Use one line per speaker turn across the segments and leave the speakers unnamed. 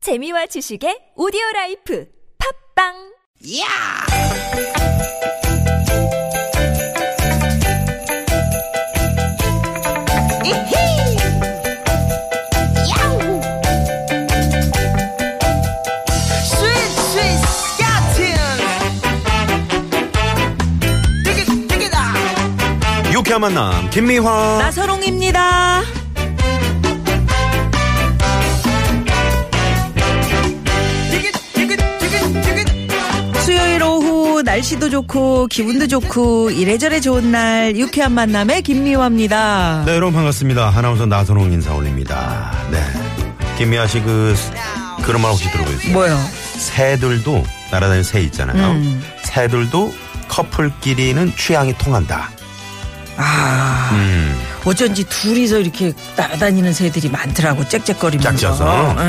재미와 지식의 오디오 라이프 팝빵
야! 이히! 야우! 스윗 스윗 야틴! 되게 되게다!
유쾌한 만남 김미화
나서롱입니다.
되게 되게 되게 되게
수요일 오후 날씨도 좋고 기분도 좋고 이래저래 좋은 날 유쾌한 만남의 김미화입니다.
네 여러분 반갑습니다 아나운서 나선홍 인사 올립니다 네 김미화 씨 그 그런 말 혹시 들어보셨어요?
뭐요?
새들도 날아다니는 새 있잖아요
음.
새들도 커플끼리는 취향이 통한다
아
음
어쩐지 둘이서 이렇게 날아다니는 새들이 많더라고 짹짹거리면서.
짝지어서?
예.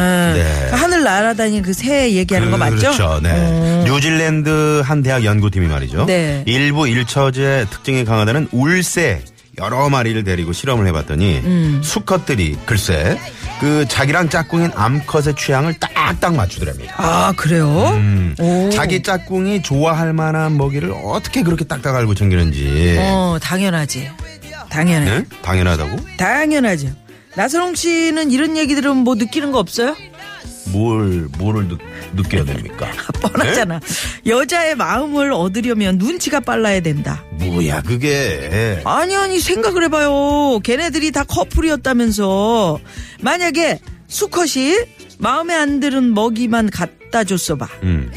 네.
하늘 날아다니는 그 새 얘기하는 거 맞죠? 어.
그렇죠 네 뉴질랜드 한 대학 연구팀이 말이죠
네.
일부 일처제 특징이 강하다는 울새 여러 마리를 데리고 실험을 해봤더니
음.
수컷들이 글쎄 그 자기랑 짝꿍인 암컷의 취향을 딱딱 맞추더랍니다
아 그래요? 오.
음. 자기 짝꿍이 좋아할 만한 먹이를 어떻게 그렇게 딱딱 알고 챙기는지.
어 당연하지. 당연해.
네? 당연하다고?
당연하죠. 나선홍 씨는 이런 얘기 들으면 뭐 느끼는 거 없어요?
뭘, 뭐를 느, 느껴야 됩니까?
뻔하잖아. 여자의 마음을 얻으려면 눈치가 빨라야 된다.
뭐야, 그게.
아니 아니 생각을 해봐요. 걔네들이 다 커플이었다면서 만약에 수컷이 마음에 안 드는 먹이만 갖다 줬어봐.
음.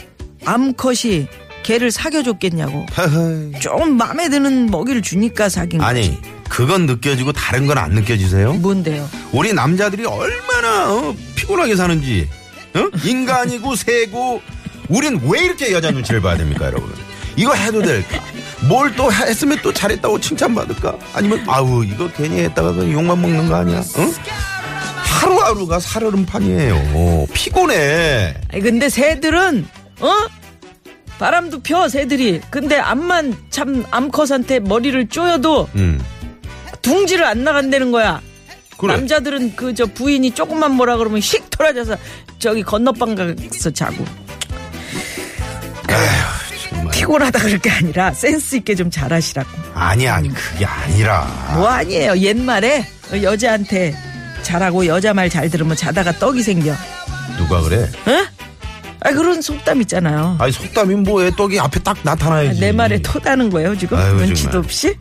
암컷이 걔를 사겨줬겠냐고.
허허이.
좀 마음에 드는 먹이를 주니까 사귄 거지.
아니, 그건 느껴지고 다른 건 안 느껴지세요?
뭔데요?
우리 남자들이 얼마나 어, 피곤하게 사는지. 어? 인간이고 새고 우린 왜 이렇게 여자 눈치를 봐야 됩니까, 여러분? 이거 해도 될까? 뭘 또 했으면 또 잘했다고 칭찬받을까? 아니면 아우 이거 괜히 했다가 그냥 욕만 먹는 거 아니야? 응? 하루하루가 살얼음판이에요. 피곤해.
아니, 근데 새들은 어? 바람도 펴 새들이. 근데 암만 참 암컷한테 머리를 쪼여도
음.
둥지를 안 나간다는 거야.
그래.
남자들은 그 저 부인이 조금만 뭐라 그러면 휙 돌아져서 저기 건너방 가서 자고
에휴, 정말.
피곤하다 그럴 게 아니라 센스 있게 좀 잘하시라고
아니 아니 그게 아니라.
뭐 아니에요 옛말에 여자한테 잘하고 여자 말 잘 들으면 자다가 떡이 생겨
누가 그래?
아 그런 속담 있잖아요
아니 속담이 뭐해? 떡이 앞에 딱 나타나야지.
아, 내 말에 토다는 거예요 지금
아이고,
눈치도
정말.
없이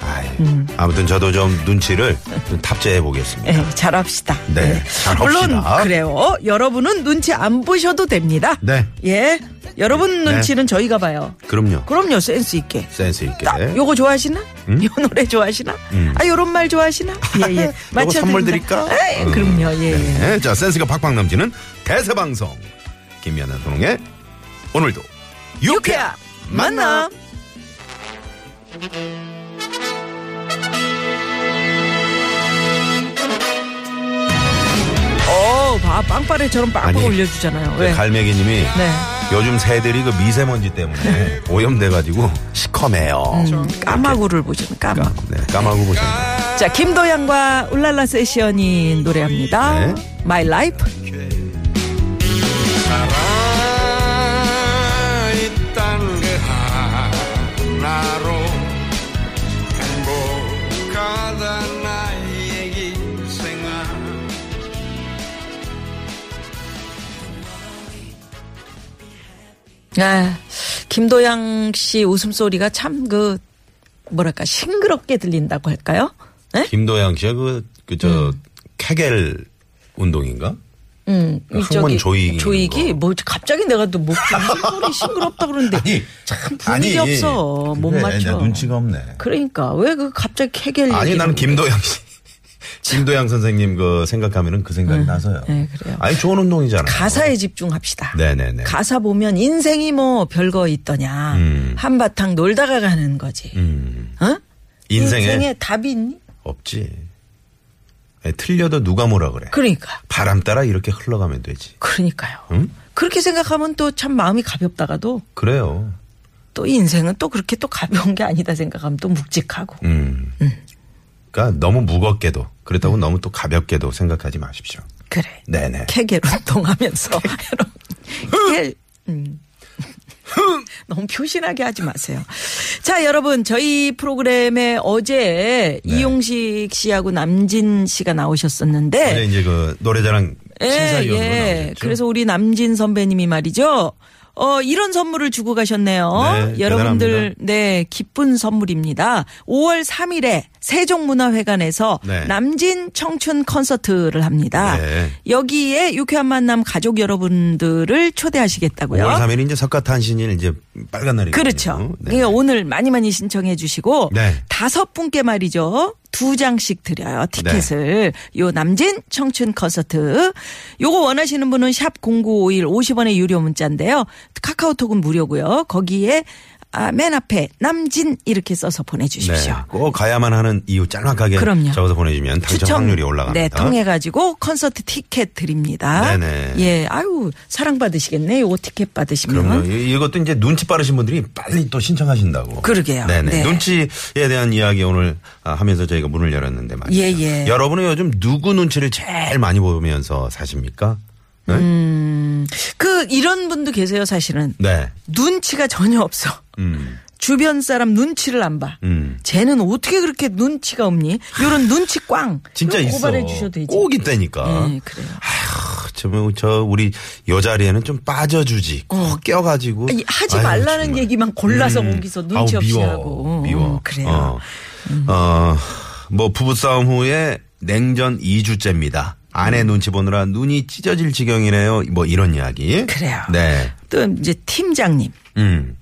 아이,
음.
아무튼 저도 좀 눈치를 좀 탑재해 보겠습니다.
에 예, 잘합시다
네,
예.
잘합시다.
물론 그래요 여러분은 눈치 안 보셔도 됩니다
네.
예 여러분
네.
눈치는 저희가 봐요
그럼요.
그럼요 센스 있게
센스 있게.
딱 요거 좋아하시나?
음?
요 노래 좋아하시나? 아 요런 말 좋아하시나? 예예.
요거 선물 드릴까? 음,
그럼요. 예. 예.
네. 자, 센스가 팍팍 넘치는 대세방송. 김연아 소롱의 오늘도 유쾌
유쾌야 만나. 어, 봐 빵빠레처럼 빵빵
아니,
올려주잖아요. 왜?
갈매기 님이
네.
요즘 새들이 그 미세먼지 때문에 오염돼가지고
음.
시커매요.
그렇죠. 까마구를 보시는 까마. 구
네, 까마고 보셨네.
자 김도영과 울랄라 세션이 노래합니다.
네.
My Life.
살아있다는 게 하나로 행복하다 나의 인생아
아, 김도영 씨 웃음소리가 참 그 뭐랄까 싱그럽게 들린다고 할까요? 네?
김도양 씨가 그, 그, 저, 케겔 운동인가?
음, 이
항문
저기
조이기
조이기
이런
뭐 갑자기 내가 또 목, 소리 싱그럽다 그러는데 참 분위기 없어 못
그래,
맞춰.
나 눈치가 없네.
그러니까 왜 그 갑자기 케겔
아니
얘기를
나는 김도영 씨, 김도영 선생님 그 생각하면은 그 생각이 나서요.
네, 그래요.
아니 좋은 운동이잖아요.
가사에 집중합시다.
네네네.
가사 보면 인생이 뭐 별거 있더냐
음.
한바탕 놀다가 가는 거지.
음,
어?
인생에,
답이 있니?
없지. 아니, 틀려도 누가 뭐라 그래.
그러니까
바람 따라 이렇게 흘러가면 되지.
그러니까요.
응?
그렇게 생각하면 또 참 마음이 가볍다가도
그래요.
또 인생은 또 그렇게 또 가벼운 게 아니다 생각하면 또 묵직하고. 음.
음. 그러니까 너무 무겁게도 그렇다고 너무 또 가볍게도 생각하지 마십시오.
그래.
네네.
케겔 운동하면서 여러분, 케겔 음. 너무 표신하게 하지 마세요. 자, 여러분 저희 프로그램에 어제 이용식 씨하고 남진 씨가 나오셨었는데
어제 이제 그 노래자랑 심사위원으로 나오셨죠.
예, 그래서 우리 남진 선배님이 말이죠. 어, 이런 선물을 주고 가셨네요.
네,
여러분들,
대단합니다.
네, 기쁜 선물입니다. 5월 3일에 세종문화회관에서
네.
남진 청춘 콘서트를 합니다.
네.
여기에 유쾌한 만남 가족 여러분들을 초대하시겠다고요.
5월 3일 이제 석가탄신일 이제 빨간 날이거든요.
그렇죠.
네.
예, 오늘 많이 많이 신청해 주시고
네.
다섯 분께 말이죠. 두 장씩 드려요. 티켓을.
네.
요 남진 청춘 콘서트. 요거 원하시는 분은 샵 0951 50원의 유료 문자인데요. 카카오톡은 무료고요. 거기에 아, 맨 앞에 남진 이렇게 써서 보내 주십시오.
네, 꼭 가야만 하는 이유 짤막하게
그럼요.
적어서 보내주면 당첨 확률이 올라갑니다.
네, 통해가지고 콘서트 티켓 드립니다.
네네.
예, 아유, 사랑받으시겠네. 요거 티켓 받으시면.
그럼요. 이- 이것도 이제 눈치 빠르신 분들이 빨리 또 신청하신다고.
그러게요.
네네.
네.
눈치에 대한 이야기 오늘 아, 하면서 저희가 문을 열었는데 말이죠.
예, 예.
여러분은 요즘 누구 눈치를 제일 많이 보면서 사십니까? 네.
음. 그, 이런 분도 계세요, 사실은.
네.
눈치가 전혀 없어.
음.
주변 사람 눈치를 안 봐.
음.
쟤는 어떻게 그렇게 눈치가 없니? 요런 눈치 꽝.
진짜
요거
있어.
고발해 주셔도 되지.
꼭 있다니까.
네, 그래요.
아휴, 저, 뭐, 저 우리 요 자리에는 좀 빠져주지. 꼭 껴가지고.
어. 아니, 하지
아유,
말라는
정말. 음.
얘기만 골라서 거기서 눈치
아우,
없이
미워,
하고.
미워.
음, 그래요. 음.
어, 어, 뭐 부부싸움 후에 냉전 2주째입니다. 아내
음.
눈치 보느라 눈이 찢어질 지경이네요. 뭐 이런 이야기.
그래요.
네.
또 이제 팀장님
음.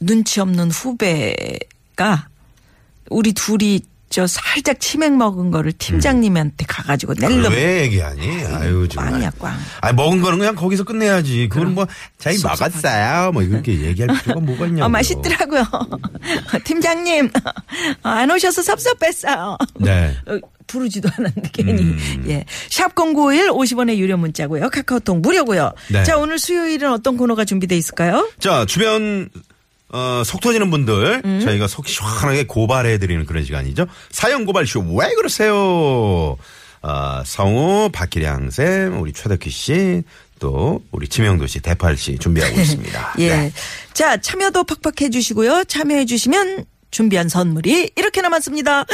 눈치 없는 후배가 우리 둘이 저 살짝 치맥 먹은 거를 팀장님한테 가가지고
그걸
낼름
왜 얘기하니? 아유, 정말.
꽝이야, 꽝.
아니, 먹은 거는 그냥 거기서 끝내야지. 그건 뭐, 자기 먹었어요. 뭐, 이렇게 얘기할 필요가 뭐가 있냐고.
어, 음. 맛있더라고요. 팀장님, 어, 안 오셔서 섭섭했어요.
네.
어, 부르지도 않았는데 괜히. 예. 샵0951 50원의 유료 문자고요. 카카오톡 무료고요.
네.
자, 오늘 수요일은 어떤 코너가 준비돼 있을까요?
자, 주변 어, 속 터지는 분들 저희가 속 시원하게 고발해 드리는 그런 시간이죠. 사연 고발 쇼왜 그러세요? 아, 성우 박기량 쌤, 우리 최덕희 씨, 또 우리 지명도 씨, 대팔 씨 준비하고 있습니다.
예.
네.
자, 참여도 팍팍 해주시고요. 참여해주시면 준비한 선물이 이렇게 남았습니다.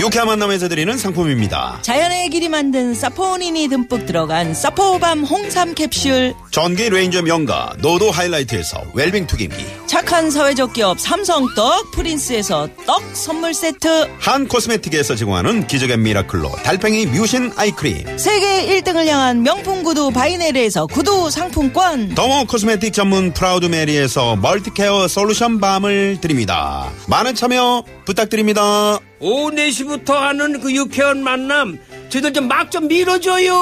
유쾌한 만남에서 드리는 상품입니다.
자연의 길이 만든 사포닌이 듬뿍 들어간 사포밤 홍삼 캡슐.
전기 레인저 명가 노도 하이라이트에서 웰빙 투기미,
착한 사회적 기업 삼성떡 프린스에서 떡 선물 세트.
한 코스메틱에서 제공하는 기적의 미라클로 달팽이 뮤신 아이크림.
세계 1등을 향한 명품 구두 바이네리에서 구두 상품권
더모 코스메틱 전문 프라우드 메리에서 멀티케어 솔루션 밤을 드립니다. 많은 참여 부탁드립니다.
오후 4시부터 하는 그 유쾌한 만남 저희들 좀 막 좀 밀어줘요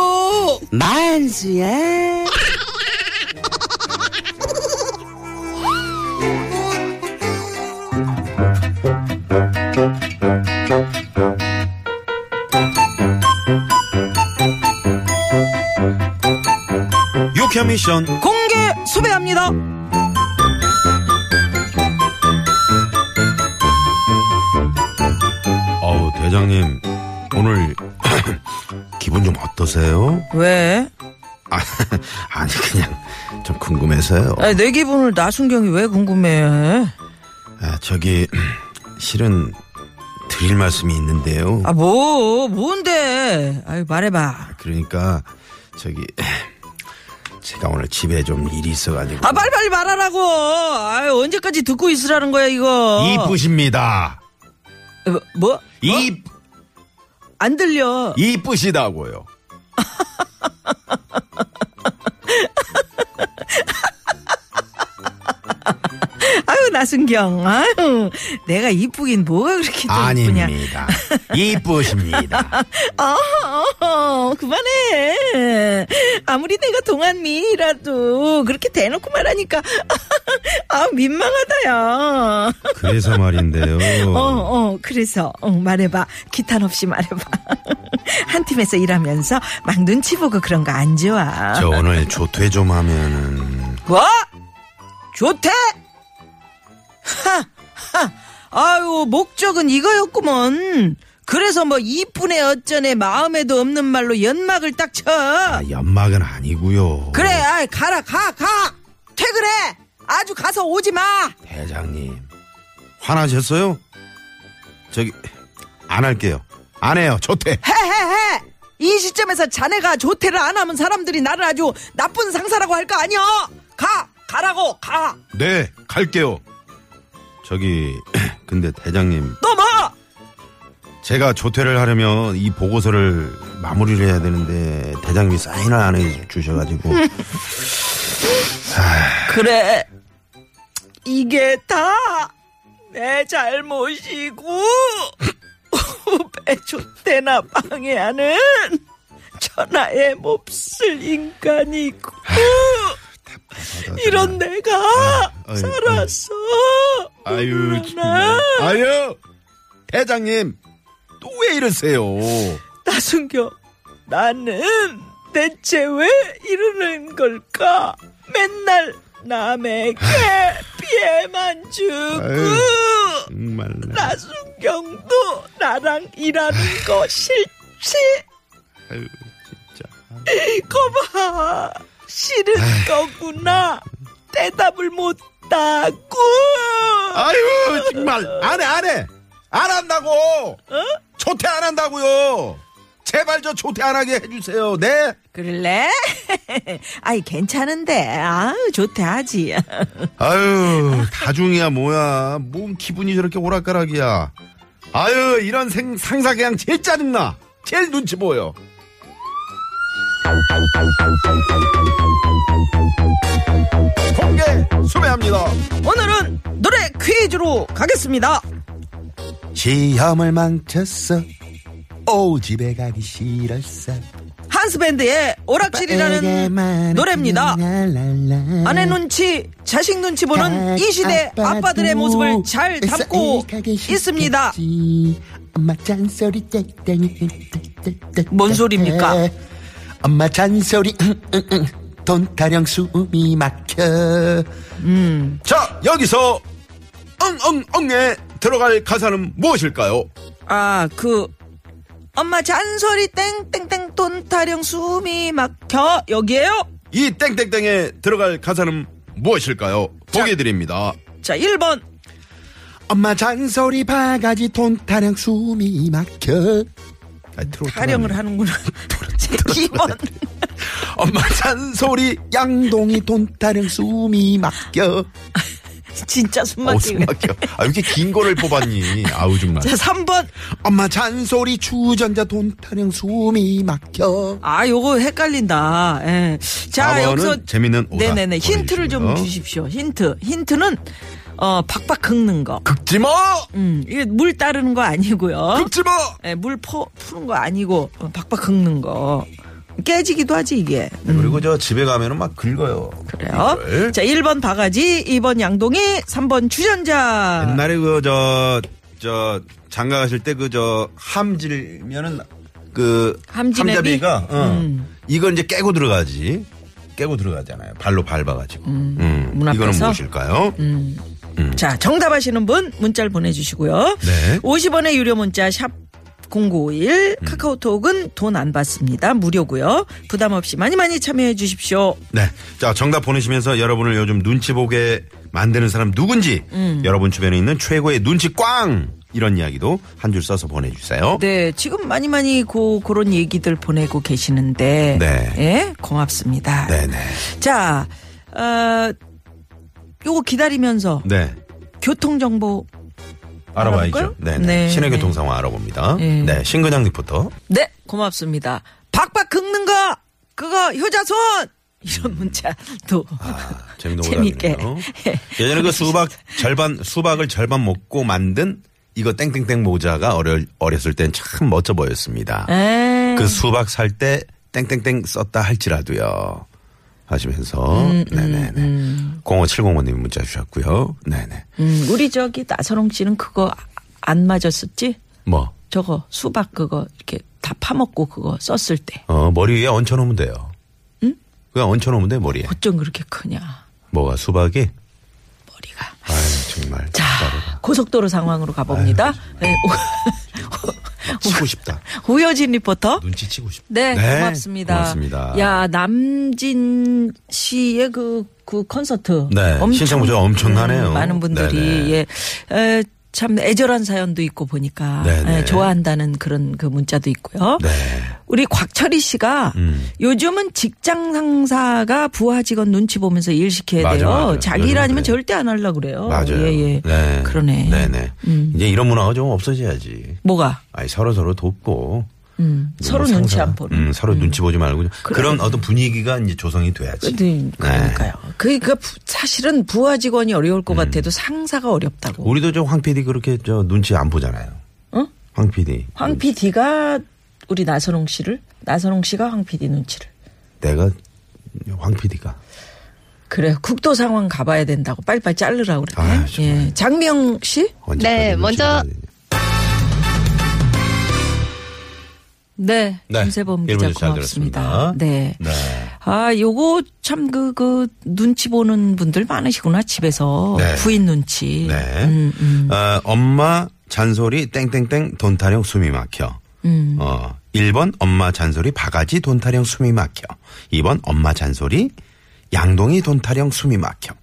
유쾌 미션.
공개 수배합니다.
어우, 대장님. 오늘 기분 좀 어떠세요?
왜?
아, 아니, 그냥 좀 궁금해서요.
아니, 내 기분을 나순경이 왜 궁금해?
아, 저기, 실은 드릴 말씀이 있는데요.
아, 뭐, 뭔데? 아유, 말해봐.
그러니까, 저기, 제가 오늘 집에 좀 일이 있어가지고.
아, 빨리빨리 말하라고! 아유, 언제까지 듣고 있으라는 거야, 이거?
이쁘십니다.
어, 뭐?
이,
안 들려.
이쁘시다고요.
아유, 나순경. 아유, 내가 이쁘긴 뭐가 그렇게 또 이쁘냐.
아닙니다. 이쁘십니다.
어, 그만해. 아무리 내가 동안미라도 그렇게 대놓고 말하니까 아 민망하다야.
그래서 말인데요.
어, 어, 그래서 어, 말해봐. 기탄 없이 말해봐. 한 팀에서 일하면서 막 눈치 보고 그런 거 안 좋아.
저 오늘 조퇴 좀 하면은
뭐? 좋대? 하, 하, 아유 목적은 이거였구먼. 그래서 뭐 이쁜에 어쩌네 마음에도 없는 말로 연막을 딱 쳐.
아, 연막은 아니고요.
그래, 아이, 가라, 가, 가! 퇴근해! 아주 가서 오지 마!
대장님 화나셨어요? 저기 안 할게요. 안 해요. 좋대.
해, 해, 해! 이 시점에서 자네가 조퇴를 안 하면 사람들이 나를 아주 나쁜 상사라고 할 거 아니여! 가! 가라고, 가!
네 갈게요. 저기 근데 대장님
너 뭐!
제가 조퇴를 하려면 이 보고서를 마무리를 해야 되는데 대장님이 사인을 안 해주셔가지고
그래. 이게 다 내 잘못이고, 배조태나 방해하는 천하의 몹쓸 인간이고, 이런 내가
아유,
살았어.
아유
그러나
정말. 아유 대장님 또 왜 이러세요?
나순경, 나는 대체 왜 이러는 걸까? 맨날 남에게 피해만 주고
정말
나순경도 나랑 일하는 거 싫지?
아유 진짜
거봐 싫은 거구나 대답을 못하고
아유 정말 안해 안해 안 한다고
어?
조퇴 안 한다고요 제발 저 조퇴 안 하게 해주세요 네
그럴래? 아이 괜찮은데 아유 좋대하지
아유 다중이야 뭐야 뭔 기분이 저렇게 오락가락이야 아유 이런 생, 상사 그냥 제일 짜증나 제일 눈치 보여 공개 수배합니다
오늘은 노래 퀴즈로 가겠습니다
시험을 망쳤어 오 집에 가기 싫었어
한스밴드의 오락실이라는 노래입니다 아내 눈치 자식 눈치 보는 이 시대 아빠들의 모습을 잘
그
담고 있습니다
엄마 잔소리 땡땡땡땡땡
뭔 소리입니까?
엄마 잔소리 응응응 돈 타령 숨이 막혀
자 여기서 엉엉엉에 들어갈 가사는 무엇일까요?
아, 그 엄마 잔소리 땡땡땡 돈 타령 숨이 막혀 여기에요.
이 땡땡땡에 들어갈 가사는 무엇일까요? 보기 드립니다.
자, 1번.
엄마 잔소리 바가지 돈 타령 숨이 막혀
아,
타령을 하는구나. 2번.
엄마 잔소리
양동이 돈 타령 숨이 막혀
진짜 숨
어우 숨
막히네.
막혀. 아, 왜 이렇게 긴 거를 뽑았니? 아우 정말.
자, 3번.
엄마 잔소리 주전자 돈 타령 숨이 막혀
아, 요거 헷갈린다. 예. 자,
4번은
여기서
재밌는 오답
네, 네, 네. 힌트를 좀
보내주시고요.
주십시오. 힌트. 힌트는 어, 박박 긁는 거.
극지 마!
음. 이게 물 따르는 거 아니고요.
극지 마!
예, 물 퍼, 푸는 거 아니고 어, 박박 긁는 거. 깨지기도 하지 이게. 음.
그리고 저 집에 가면은 막 긁어요.
그래요.
이걸.
자, 1번 바가지, 2번 양동이, 3번 주전자.
옛날에 그 저 저 장가 가실 때 그 저 함질면은 그
함지내비? 음.
함자비가 어, 이걸 이제 깨고 들어가지 깨고 들어가잖아요 발로 밟아가지고 음,
문
이거는
앞에서? 음.
무엇일까요?
자, 정답 아시는 분 문자를 보내주시고요.
네.
50원의 유료 문자 샵 0951,
음.
카카오톡은 돈 안 받습니다. 무료고요. 부담 없이 많이 많이 참여해 주십시오.
네, 자 정답 보내시면서 여러분을 요즘 눈치 보게 만드는 사람 누군지
음.
여러분 주변에 있는 최고의 눈치 꽝 이런 이야기도 한 줄 써서 보내주세요.
네, 지금 많이 많이 고, 그런 얘기들 보내고 계시는데.
네.
예, 고맙습니다.
네네.
자, 어, 요거 기다리면서
네.
교통정보
알아봐야죠.
알아볼까요?
네네.
네.
시내 교통 상황 알아봅니다.
네.
네. 신근양 리포터.
네, 고맙습니다. 박박 긁는 거! 그거 효자손! 이런 문자도
아. 재밌는
재밌게.
오답이네요. 예전에 그 수박 절반 수박을 절반 먹고 만든 이거 땡땡땡 모자가 어려, 어렸을 땐 참 멋져 보였습니다.
에.
그 수박 살 때 땡땡땡 썼다 할지라도요. 하시면서 네네네. 음. 05705님 문자 주셨고요. 네네.
음, 우리 저기 나선홍 씨는 그거 안 맞았었지?
뭐
저거 수박 그거 이렇게 다 파먹고 그거 썼을 때
어, 머리 위에 얹혀 놓으면 돼요. 음? 그냥 얹혀 놓으면 돼 머리에.
어쩜 그렇게 크냐
뭐가 수박이?
머리가.
아 그렇죠. 정말.
자 고속도로 상황으로 가봅니다. 네,
치고 싶다.
우여진 리포터.
눈치치고 싶다.
네,
네,
고맙습니다.
고맙습니다.
야, 남진 씨의 그, 그 콘서트. 음,
네, 신청곡이 엄청나네요.
많은 분들이,
네,
예. 에, 참 애절한 사연도 있고 보니까
네, 네.
예, 좋아한다는 그런 그 문자도 있고요.
네.
우리 곽철희 씨가
음.
요즘은 직장 상사가 부하 직원 눈치 보면서 일 시켜야
맞아,
돼요.
맞아.
자기 일
요즘은
아니면
그래요.
절대 안 하려 그래요.
맞아요.
예, 예.
네.
그러네. 음.
네네. 이제 이런 문화가 좀 없어져야지.
뭐가?
아니 서로 서로 돕고. 이제
서로
뭐 상사-
눈치 안 보는.
음, 서로 눈치 보지 말고 그런 어떤 분위기가 이제 조성이 돼야지.
네, 그러니까요. 그러니까 부- 사실은 부하 직원이 어려울
음.
것 같아도 상사가 어렵다고.
우리도 저 황 PD 그렇게 저 눈치 안 보잖아요.
응?
황 PD.
어? 황 PD가 우리 나선홍 씨를 나선홍 씨가 황 PD 눈치를.
내가 황 PD가.
그래 국도 상황 가봐야 된다고 빨리빨리 자르라고 그랬네.
아유, 정말.
예. 장명 씨?
네, 먼저-
네.
네,
김세범
일본
기자
뉴스 잘
고맙습니다.
들었습니다.
네.
네.
아, 요거 참 그 그 눈치 보는 분들 많으시구나 집에서
네.
부인 눈치.
네.
음,
어, 엄마 잔소리 땡땡땡 돈타령 숨이 막혀.
음.
어, 1번 엄마 잔소리 바가지 돈타령 숨이 막혀. 2번 엄마 잔소리 양동이 돈타령 숨이 막혀.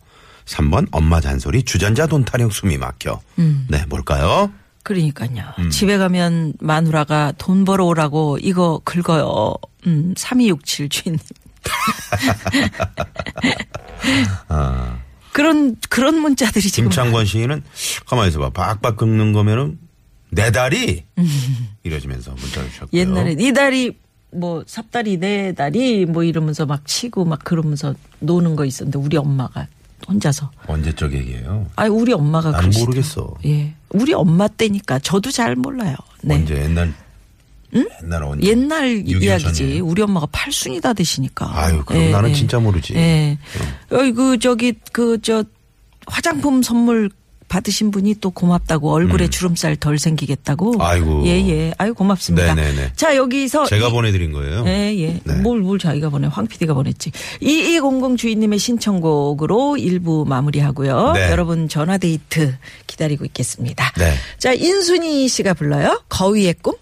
3번 엄마 잔소리 주전자 돈타령 숨이 막혀.
음.
네, 뭘까요?
그러니까요.
음.
집에 가면 마누라가 돈 벌어오라고 이거 긁어요. 음, 3267 주인님.
아.
그런, 그런 문자들이 지금.
김창권 시인은 가만히 있어봐. 박박 긁는 거면은 내 다리 이러시면서 문자를 주셨고요.
음. 옛날에 네 다리, 뭐, 삽다리, 내 다리, 뭐 이러면서 막 치고 막 그러면서 노는 거 있었는데 우리 엄마가 혼자서.
언제적 얘기예요?
아니, 우리 엄마가
난
그러시더라고요.
모르겠어.
예. 우리 엄마 때니까 저도 잘 몰라요. 네.
언제 옛날 옛날 언제
옛날
6.25
이야기지.
전이에요.
우리 엄마가 팔순이 다 되시니까.
아유, 그럼
네,
나는 진짜 모르지.
예. 어이, 그, 저기, 그, 저, 화장품 선물 받으신 분이 또 고맙다고 얼굴에 주름살 덜 생기겠다고.
음. 아이고.
예, 예. 아유, 고맙습니다.
네네네.
자, 여기서.
제가
이-
보내드린 거예요.
예, 예.
네.
뭘, 뭘 자기가 보내. 황 PD가 보냈지. 2200 주인님의 신청곡으로 일부 마무리하고요.
네.
여러분 전화데이트 기다리고 있겠습니다.
네.
자, 인순이 씨가 불러요. 거위의 꿈.